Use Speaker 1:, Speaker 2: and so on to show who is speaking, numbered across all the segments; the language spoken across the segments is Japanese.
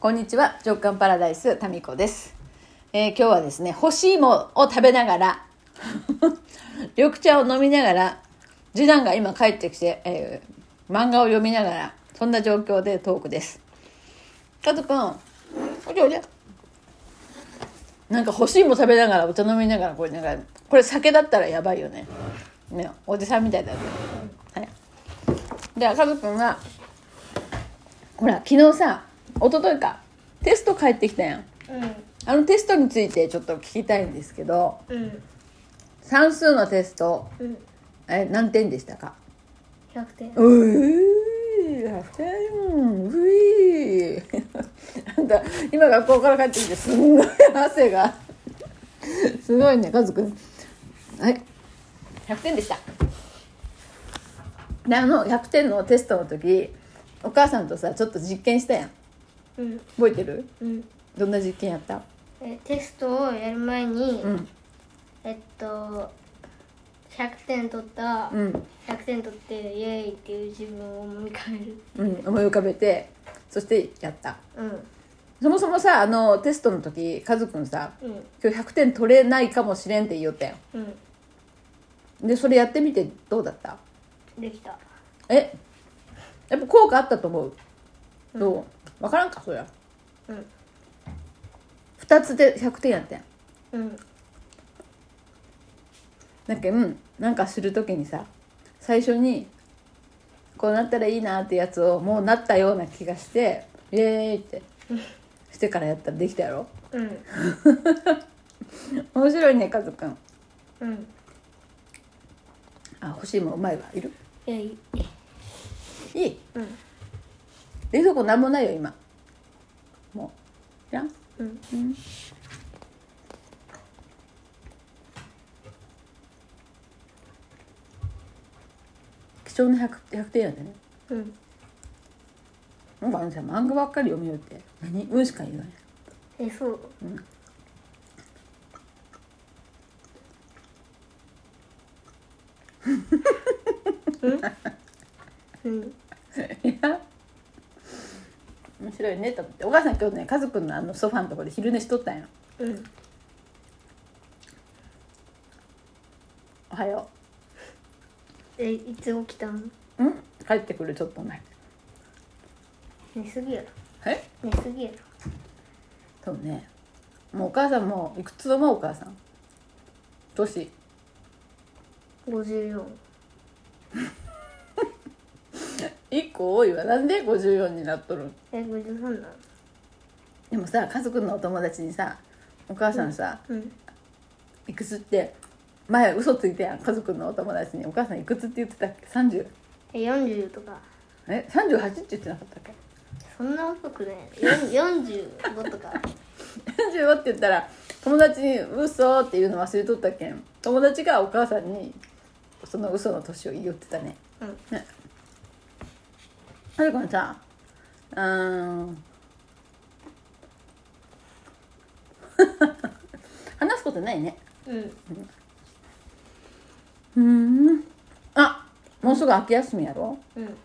Speaker 1: こんにちは、直感パラダイス、タミコです。えー今日はですね、干し芋を食べながら、 緑茶を飲みながら、次男が今帰ってきて、えー漫画を読みながら、そんな状況でトークです。加藤くん、おいでおいで。なんか干し芋食べながら、お茶飲みながら、これなんか、これ酒だったらやばいよね。ね、おじさんみたいだね。はい。で、加藤くんが、ほら昨日さ一昨日かテスト帰ってきたやん
Speaker 2: う
Speaker 1: あのテストについてちょっと聞きたいんですけど
Speaker 2: んうん
Speaker 1: 算数のテスト
Speaker 2: うん
Speaker 1: え何点でしたか
Speaker 2: 100点
Speaker 1: うえー100点うえーあんた今学校から帰ってきてすんごい汗がすごいねカズくんはい100点でしたであの100点のテストの時お母さんとさちょっと実験したやん
Speaker 2: うん
Speaker 1: 覚えてる
Speaker 2: うん
Speaker 1: どんな実験やった
Speaker 2: えテストをやる前に、
Speaker 1: うん
Speaker 2: えっと100点取った、
Speaker 1: うん
Speaker 2: 100点取ってイエーイっていう自分を思い浮かべる
Speaker 1: うん思い浮かべてそしてやった
Speaker 2: うん
Speaker 1: そもそもさあのテストの時カズくんさ
Speaker 2: うん
Speaker 1: 今日100点取れないかもしれんって言おったよ
Speaker 2: うん
Speaker 1: でそれやってみてどうだった
Speaker 2: できた
Speaker 1: えやっぱ効果あったと思うどうわからんかそりゃ
Speaker 2: うん
Speaker 1: 2つで100点やってん
Speaker 2: うん
Speaker 1: だけんなんかする時にさ最初にこうなったらいいなってやつをもうなったような気がしてイエーイってしてからやったらできたやろ
Speaker 2: うん
Speaker 1: 面白いねカズくん
Speaker 2: うん
Speaker 1: あ欲しいもんうまいわいる
Speaker 2: イエーイ
Speaker 1: いい
Speaker 2: うん
Speaker 1: 冷蔵庫なんもないよ今もういらん
Speaker 2: うん
Speaker 1: 貴重な 100, 100点やでね
Speaker 2: うん
Speaker 1: なんかあのさ漫画ばっかり読みよって何うんしか言わない
Speaker 2: えそううんうん
Speaker 1: い や面白いねと思ってお母さん今日ねカズくんのあのソファーのところで昼寝しとったんよ
Speaker 2: うん
Speaker 1: おはよ
Speaker 2: えいつ起きたの
Speaker 1: ううん帰ってくるちょっと前
Speaker 2: 寝すぎやろ
Speaker 1: え
Speaker 2: 寝すぎやろ
Speaker 1: そうねもうお母さんもいくつもお母さん年
Speaker 2: 54
Speaker 1: 1個多いわなんで54になっとるん
Speaker 2: え53なの
Speaker 1: でもさ家族のお友達にさお母さんさ、
Speaker 2: うん
Speaker 1: いくつって前嘘ついてやん家族のお友達にお母さんいくつって言ってたっけ30
Speaker 2: え40とか
Speaker 1: え38って言ってなかったっけ
Speaker 2: そんな若くない45とか
Speaker 1: 35って言ったら友達に「嘘っていうの忘れとったけん友達がお母さんにその嘘の年を言い寄ってたね
Speaker 2: うん
Speaker 1: ねはるくんさうーん話すことないね
Speaker 2: うん
Speaker 1: うーんあもうすぐ秋休みやろ
Speaker 2: うん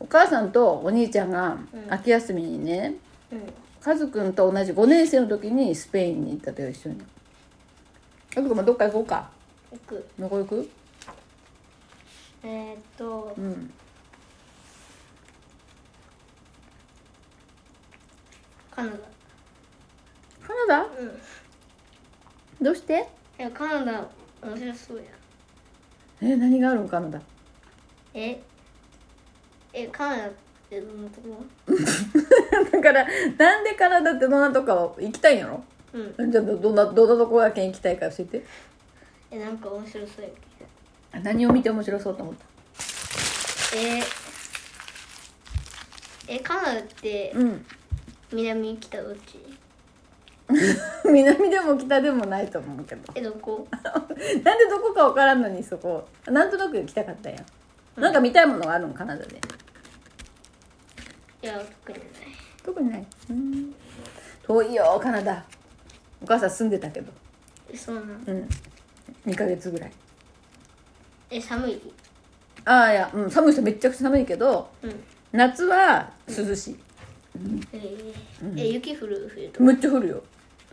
Speaker 1: お母さんとお兄ちゃんが秋休みにね、
Speaker 2: うん
Speaker 1: カズくんと同じ5年生の時にスペインに行ったとよ一緒にカズくんもどっか行こうか
Speaker 2: いく
Speaker 1: どこ行く
Speaker 2: えー、っと
Speaker 1: うん
Speaker 2: カナ
Speaker 1: カ
Speaker 2: ダ
Speaker 1: ナダ
Speaker 2: うん
Speaker 1: どうして
Speaker 2: いやカナダ面白そうや
Speaker 1: え何があるんカナダ
Speaker 2: ええカナダってどんなとこ
Speaker 1: だからなんでカナダってどんなとこ行きたいんやろ
Speaker 2: うん
Speaker 1: じゃあどんなどんなとこだけ行きたいか教えて
Speaker 2: えなんか面白そうや
Speaker 1: 何を見て面白そうと思った
Speaker 2: けどええカナダって
Speaker 1: うん
Speaker 2: 南北どっち
Speaker 1: 南でも北でもないと思うけど
Speaker 2: えどこ
Speaker 1: なんでどこかわからんのにそこなんとなく行きたかったんやんなんか見たいものがあるのカナダで
Speaker 2: いや特にない
Speaker 1: 特にないうん遠いよカナダお母さん住んでたけど
Speaker 2: そうなの
Speaker 1: うん2ヶ月ぐらい
Speaker 2: え寒い
Speaker 1: ああいや、うん、寒い人めっちゃくちゃ寒いけど
Speaker 2: うん
Speaker 1: 夏は涼しい、
Speaker 2: えーえ雪降る冬とか
Speaker 1: むっちゃ降るよ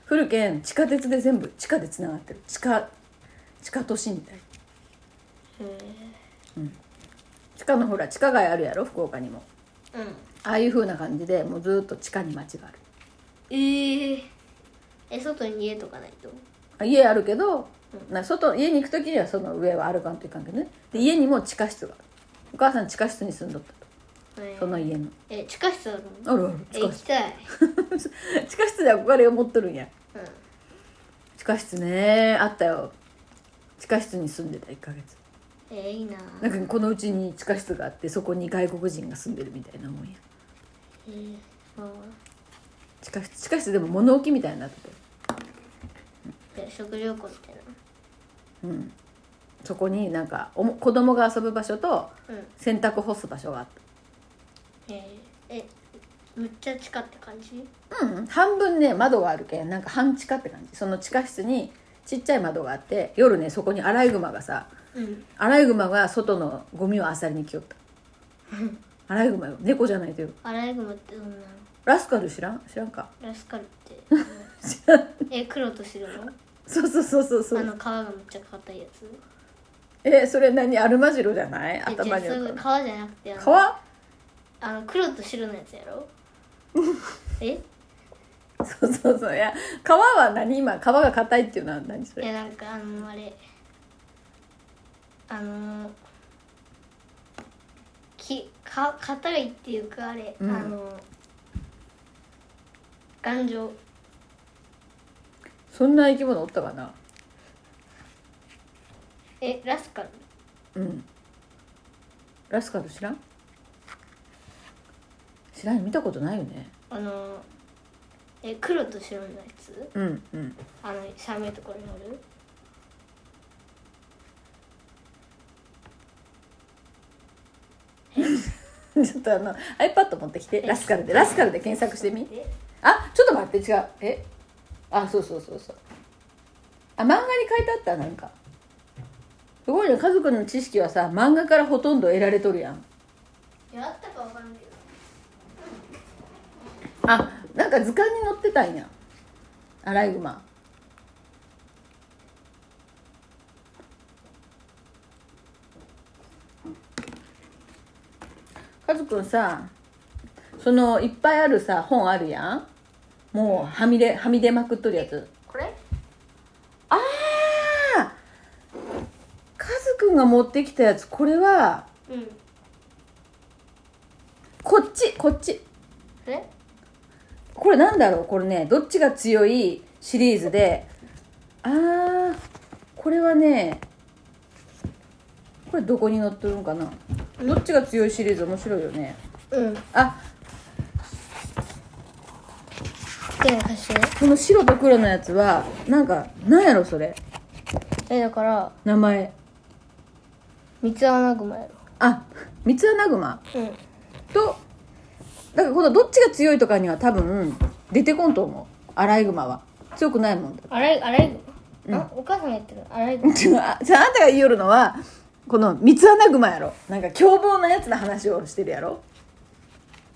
Speaker 1: 降るけん地下鉄で全部地下でつながってる地下地下都市みたい地下のほら地下街あるやろ福岡にも
Speaker 2: うん
Speaker 1: ああいう風な感じでもうずーっと地下に街がある
Speaker 2: えー、え外に家とかないと
Speaker 1: あ家あるけど、な外家に行く時にはその上は歩かんといかんけどねで家にも地下室があるお母さん地下室に住んどったと
Speaker 2: え
Speaker 1: その家の
Speaker 2: え地下室あるの
Speaker 1: あるある
Speaker 2: え
Speaker 1: 地
Speaker 2: 行
Speaker 1: 下
Speaker 2: き
Speaker 1: 室
Speaker 2: たい
Speaker 1: 地下室で憧れを持っとるんや
Speaker 2: うん
Speaker 1: 地下室ねあったよ地下室に住んでた1ヶ月
Speaker 2: えー、いいな
Speaker 1: なんかこのうちに地下室があってそこに外国人が住んでるみたいなもんや
Speaker 2: えー、あ
Speaker 1: 地下室地下室でも物置みたいになってて
Speaker 2: ーで食料庫みたいな
Speaker 1: そこになんかおも子供が遊ぶ場所と
Speaker 2: うん
Speaker 1: 洗濯干す場所があっ
Speaker 2: えー、えむっちゃ地下って感じ
Speaker 1: たうんうん半分ね窓があるけんなんか半地下って感じその地下室にちっちゃい窓があって夜ねそこにアライグマがさ
Speaker 2: うん
Speaker 1: アライグマが外のゴミを漁りに来よったアライグマよ猫じゃないという
Speaker 2: アライグマってどんなの
Speaker 1: ラスカル知らん知らんか
Speaker 2: ラスカルってえ黒と白の
Speaker 1: そうそうそうそうそ
Speaker 2: あ
Speaker 1: う
Speaker 2: の皮がむっちゃ硬いやつ
Speaker 1: えそれ何アルマジロじゃない
Speaker 2: えじゃ
Speaker 1: 頭
Speaker 2: あ
Speaker 1: に
Speaker 2: そういう
Speaker 1: 浮
Speaker 2: 皮
Speaker 1: か
Speaker 2: じゃなくて
Speaker 1: ぶ
Speaker 2: あの
Speaker 1: 皮
Speaker 2: あの黒と白のやつやろえ
Speaker 1: そうそうそういや皮は何今皮が硬いっていうのは何そ
Speaker 2: いや
Speaker 1: れ
Speaker 2: なんかあのあれあのきか硬いっていうかあれ、
Speaker 1: うん
Speaker 2: あの頑丈
Speaker 1: そんな生き物おったかな
Speaker 2: えラスカル
Speaker 1: うんラスカル知らん知らん見たことないよね
Speaker 2: あのえ黒と白のやつ
Speaker 1: うんうん
Speaker 2: あの寒いところにおる
Speaker 1: ちょっとあの iPad 持ってきてラスカルでラスカルで検索してみ
Speaker 2: で
Speaker 1: あちょっと待って違うえあそうそうそうそうあ漫画に書いてあったなんかすごいね家族の知識はさ漫画からほとんど得られとるやん
Speaker 2: いやあったかわかんないけど
Speaker 1: あなんか図鑑に載ってたんやアライグマカズくんさそのいっぱいあるさ本あるやんもうはみ出はみ出まくっとるやつ
Speaker 2: これ
Speaker 1: ああカズくんが持ってきたやつこれは
Speaker 2: うん
Speaker 1: こっちこっち
Speaker 2: それ
Speaker 1: これなんだろうこれねどっちが強いシリーズであーこれはねこれどこに載ってるんかなどっちが強いシリーズ面白いよね
Speaker 2: うん
Speaker 1: あ
Speaker 2: 手も貸して
Speaker 1: この白と黒のやつはなんかなんやろそれ
Speaker 2: えだから
Speaker 1: 名前
Speaker 2: 三つ穴熊や
Speaker 1: あ三つ穴熊
Speaker 2: ろうん
Speaker 1: とだからこのどっちが強いとかには多分出てこんと思うアライグマは強くないもんだ
Speaker 2: アライアライグマ、あお母さんが言ってるアライグマ
Speaker 1: 違うあじゃああんたが言いよるのはこの三つ穴熊やろなんか凶暴なやつの話をしてるやろ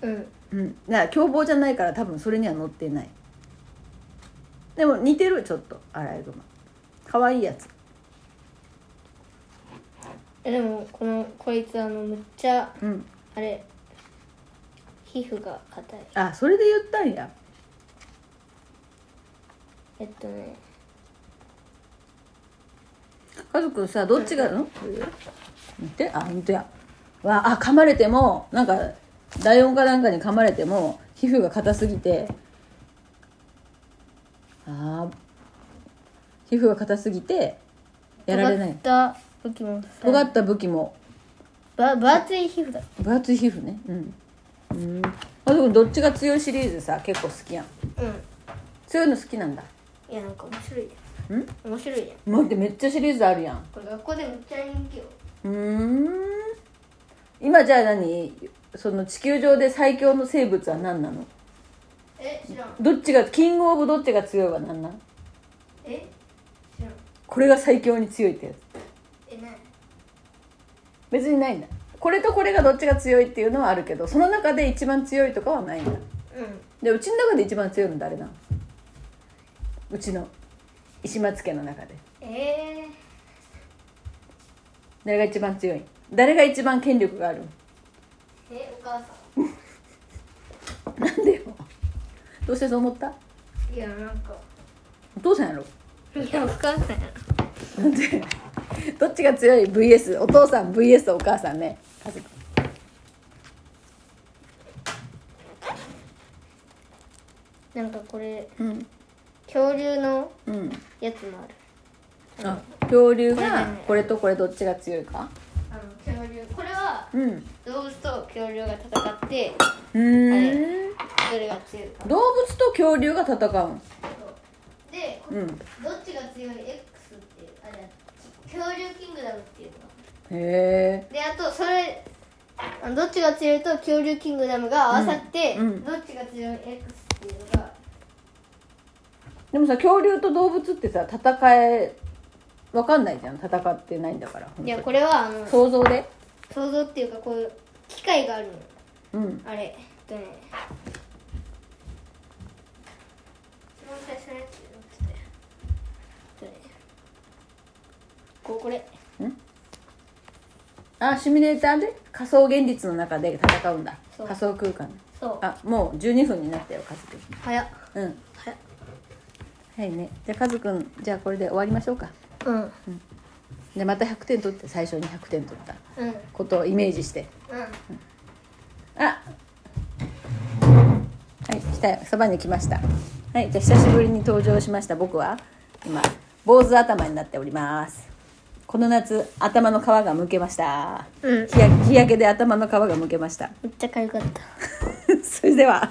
Speaker 2: うん
Speaker 1: うんだから凶暴じゃないから多分それには載ってないでも似てるちょっとアライグマ可愛いやつ
Speaker 2: えでもこのこいつあのむっちゃ
Speaker 1: うん
Speaker 2: あれ皮膚が硬い
Speaker 1: あそれで言ったんや
Speaker 2: えっとね
Speaker 1: 家族さどっちがん見てあ本当やわあ噛まれてもなんかライオンかなんかに噛まれても皮膚が硬すぎてあー皮膚が硬すぎてやられない
Speaker 2: 尖った武器もさ
Speaker 1: 尖った武器も
Speaker 2: ば分厚い皮膚だ
Speaker 1: 分厚い皮膚ねうんうんあでもどっちが強いシリーズさ結構好きやん
Speaker 2: うん
Speaker 1: 強いの好きなんだ
Speaker 2: いやなんか面白い
Speaker 1: ん
Speaker 2: じゃん面白いじゃん
Speaker 1: 待ってめっちゃシリーズあるやん
Speaker 2: これ学校でめっちゃ人気よ
Speaker 1: うーん今じゃあ何その地球上で最強の生物は何なの
Speaker 2: え知らん
Speaker 1: どっちがキングオブどっちが強いは何なん
Speaker 2: え知らん
Speaker 1: これが最強に強いってやつ
Speaker 2: えない
Speaker 1: 別にないんだこれとこれがどっちが強いっていうのはあるけどその中で一番強いとかはないんだ
Speaker 2: ううん
Speaker 1: でうちの中で一番強いの誰なのうちの石松家の中で
Speaker 2: え
Speaker 1: 誰が一番強い誰が一番権力がある
Speaker 2: ー、えお母さ
Speaker 1: なんでよどうしてそう思った
Speaker 2: んいやなんか
Speaker 1: お父さんやろ
Speaker 2: いやお母さんや
Speaker 1: なんで どっちが強い VS お父さん VS お母さんねカズ君
Speaker 2: なんかこれ
Speaker 1: うん
Speaker 2: 恐竜の
Speaker 1: うん
Speaker 2: やつもある
Speaker 1: あ恐竜がこれとこれどっちが強いか
Speaker 2: あの恐竜これは
Speaker 1: うんう
Speaker 2: 動物と恐竜が戦って
Speaker 1: ーん
Speaker 2: どれが強いか
Speaker 1: 動物と恐竜が戦うん
Speaker 2: でこ
Speaker 1: うん
Speaker 2: どっちが強い X っていうあれ恐竜キングダムっていうの
Speaker 1: へ
Speaker 2: であとそれあのどっちが強いと恐竜キングダムが合わさって、
Speaker 1: うんうん
Speaker 2: どっちが強い X っていうの
Speaker 1: え
Speaker 2: が
Speaker 1: でもさ恐竜と動物ってさ戦えわかんないじゃん戦ってないんだから
Speaker 2: いやこれはあの
Speaker 1: 想像で
Speaker 2: 想像っていうかこういう機械があるの
Speaker 1: うん
Speaker 2: あれえっとね一番最初のやつちょっとねえっとねこうこれ
Speaker 1: あシミュレーターで仮想現実の中で戦うんだ
Speaker 2: そう
Speaker 1: 仮想空間で
Speaker 2: そう
Speaker 1: あもう12分になったよカズく
Speaker 2: 早っ
Speaker 1: んうん
Speaker 2: 早っ
Speaker 1: はいねじゃあカズくんじゃあこれで終わりましょうか
Speaker 2: うん
Speaker 1: でまた100点取って最初に100点取った
Speaker 2: うんうん
Speaker 1: ことをイメージしてあはい来たよそばに来ましたはいじゃあ久しぶりに登場しました僕は今坊主頭になっておりますこの夏頭の皮がむけました
Speaker 2: うん
Speaker 1: 日焼日焼けで頭の皮がむけました
Speaker 2: めっちゃかゆかった
Speaker 1: それでは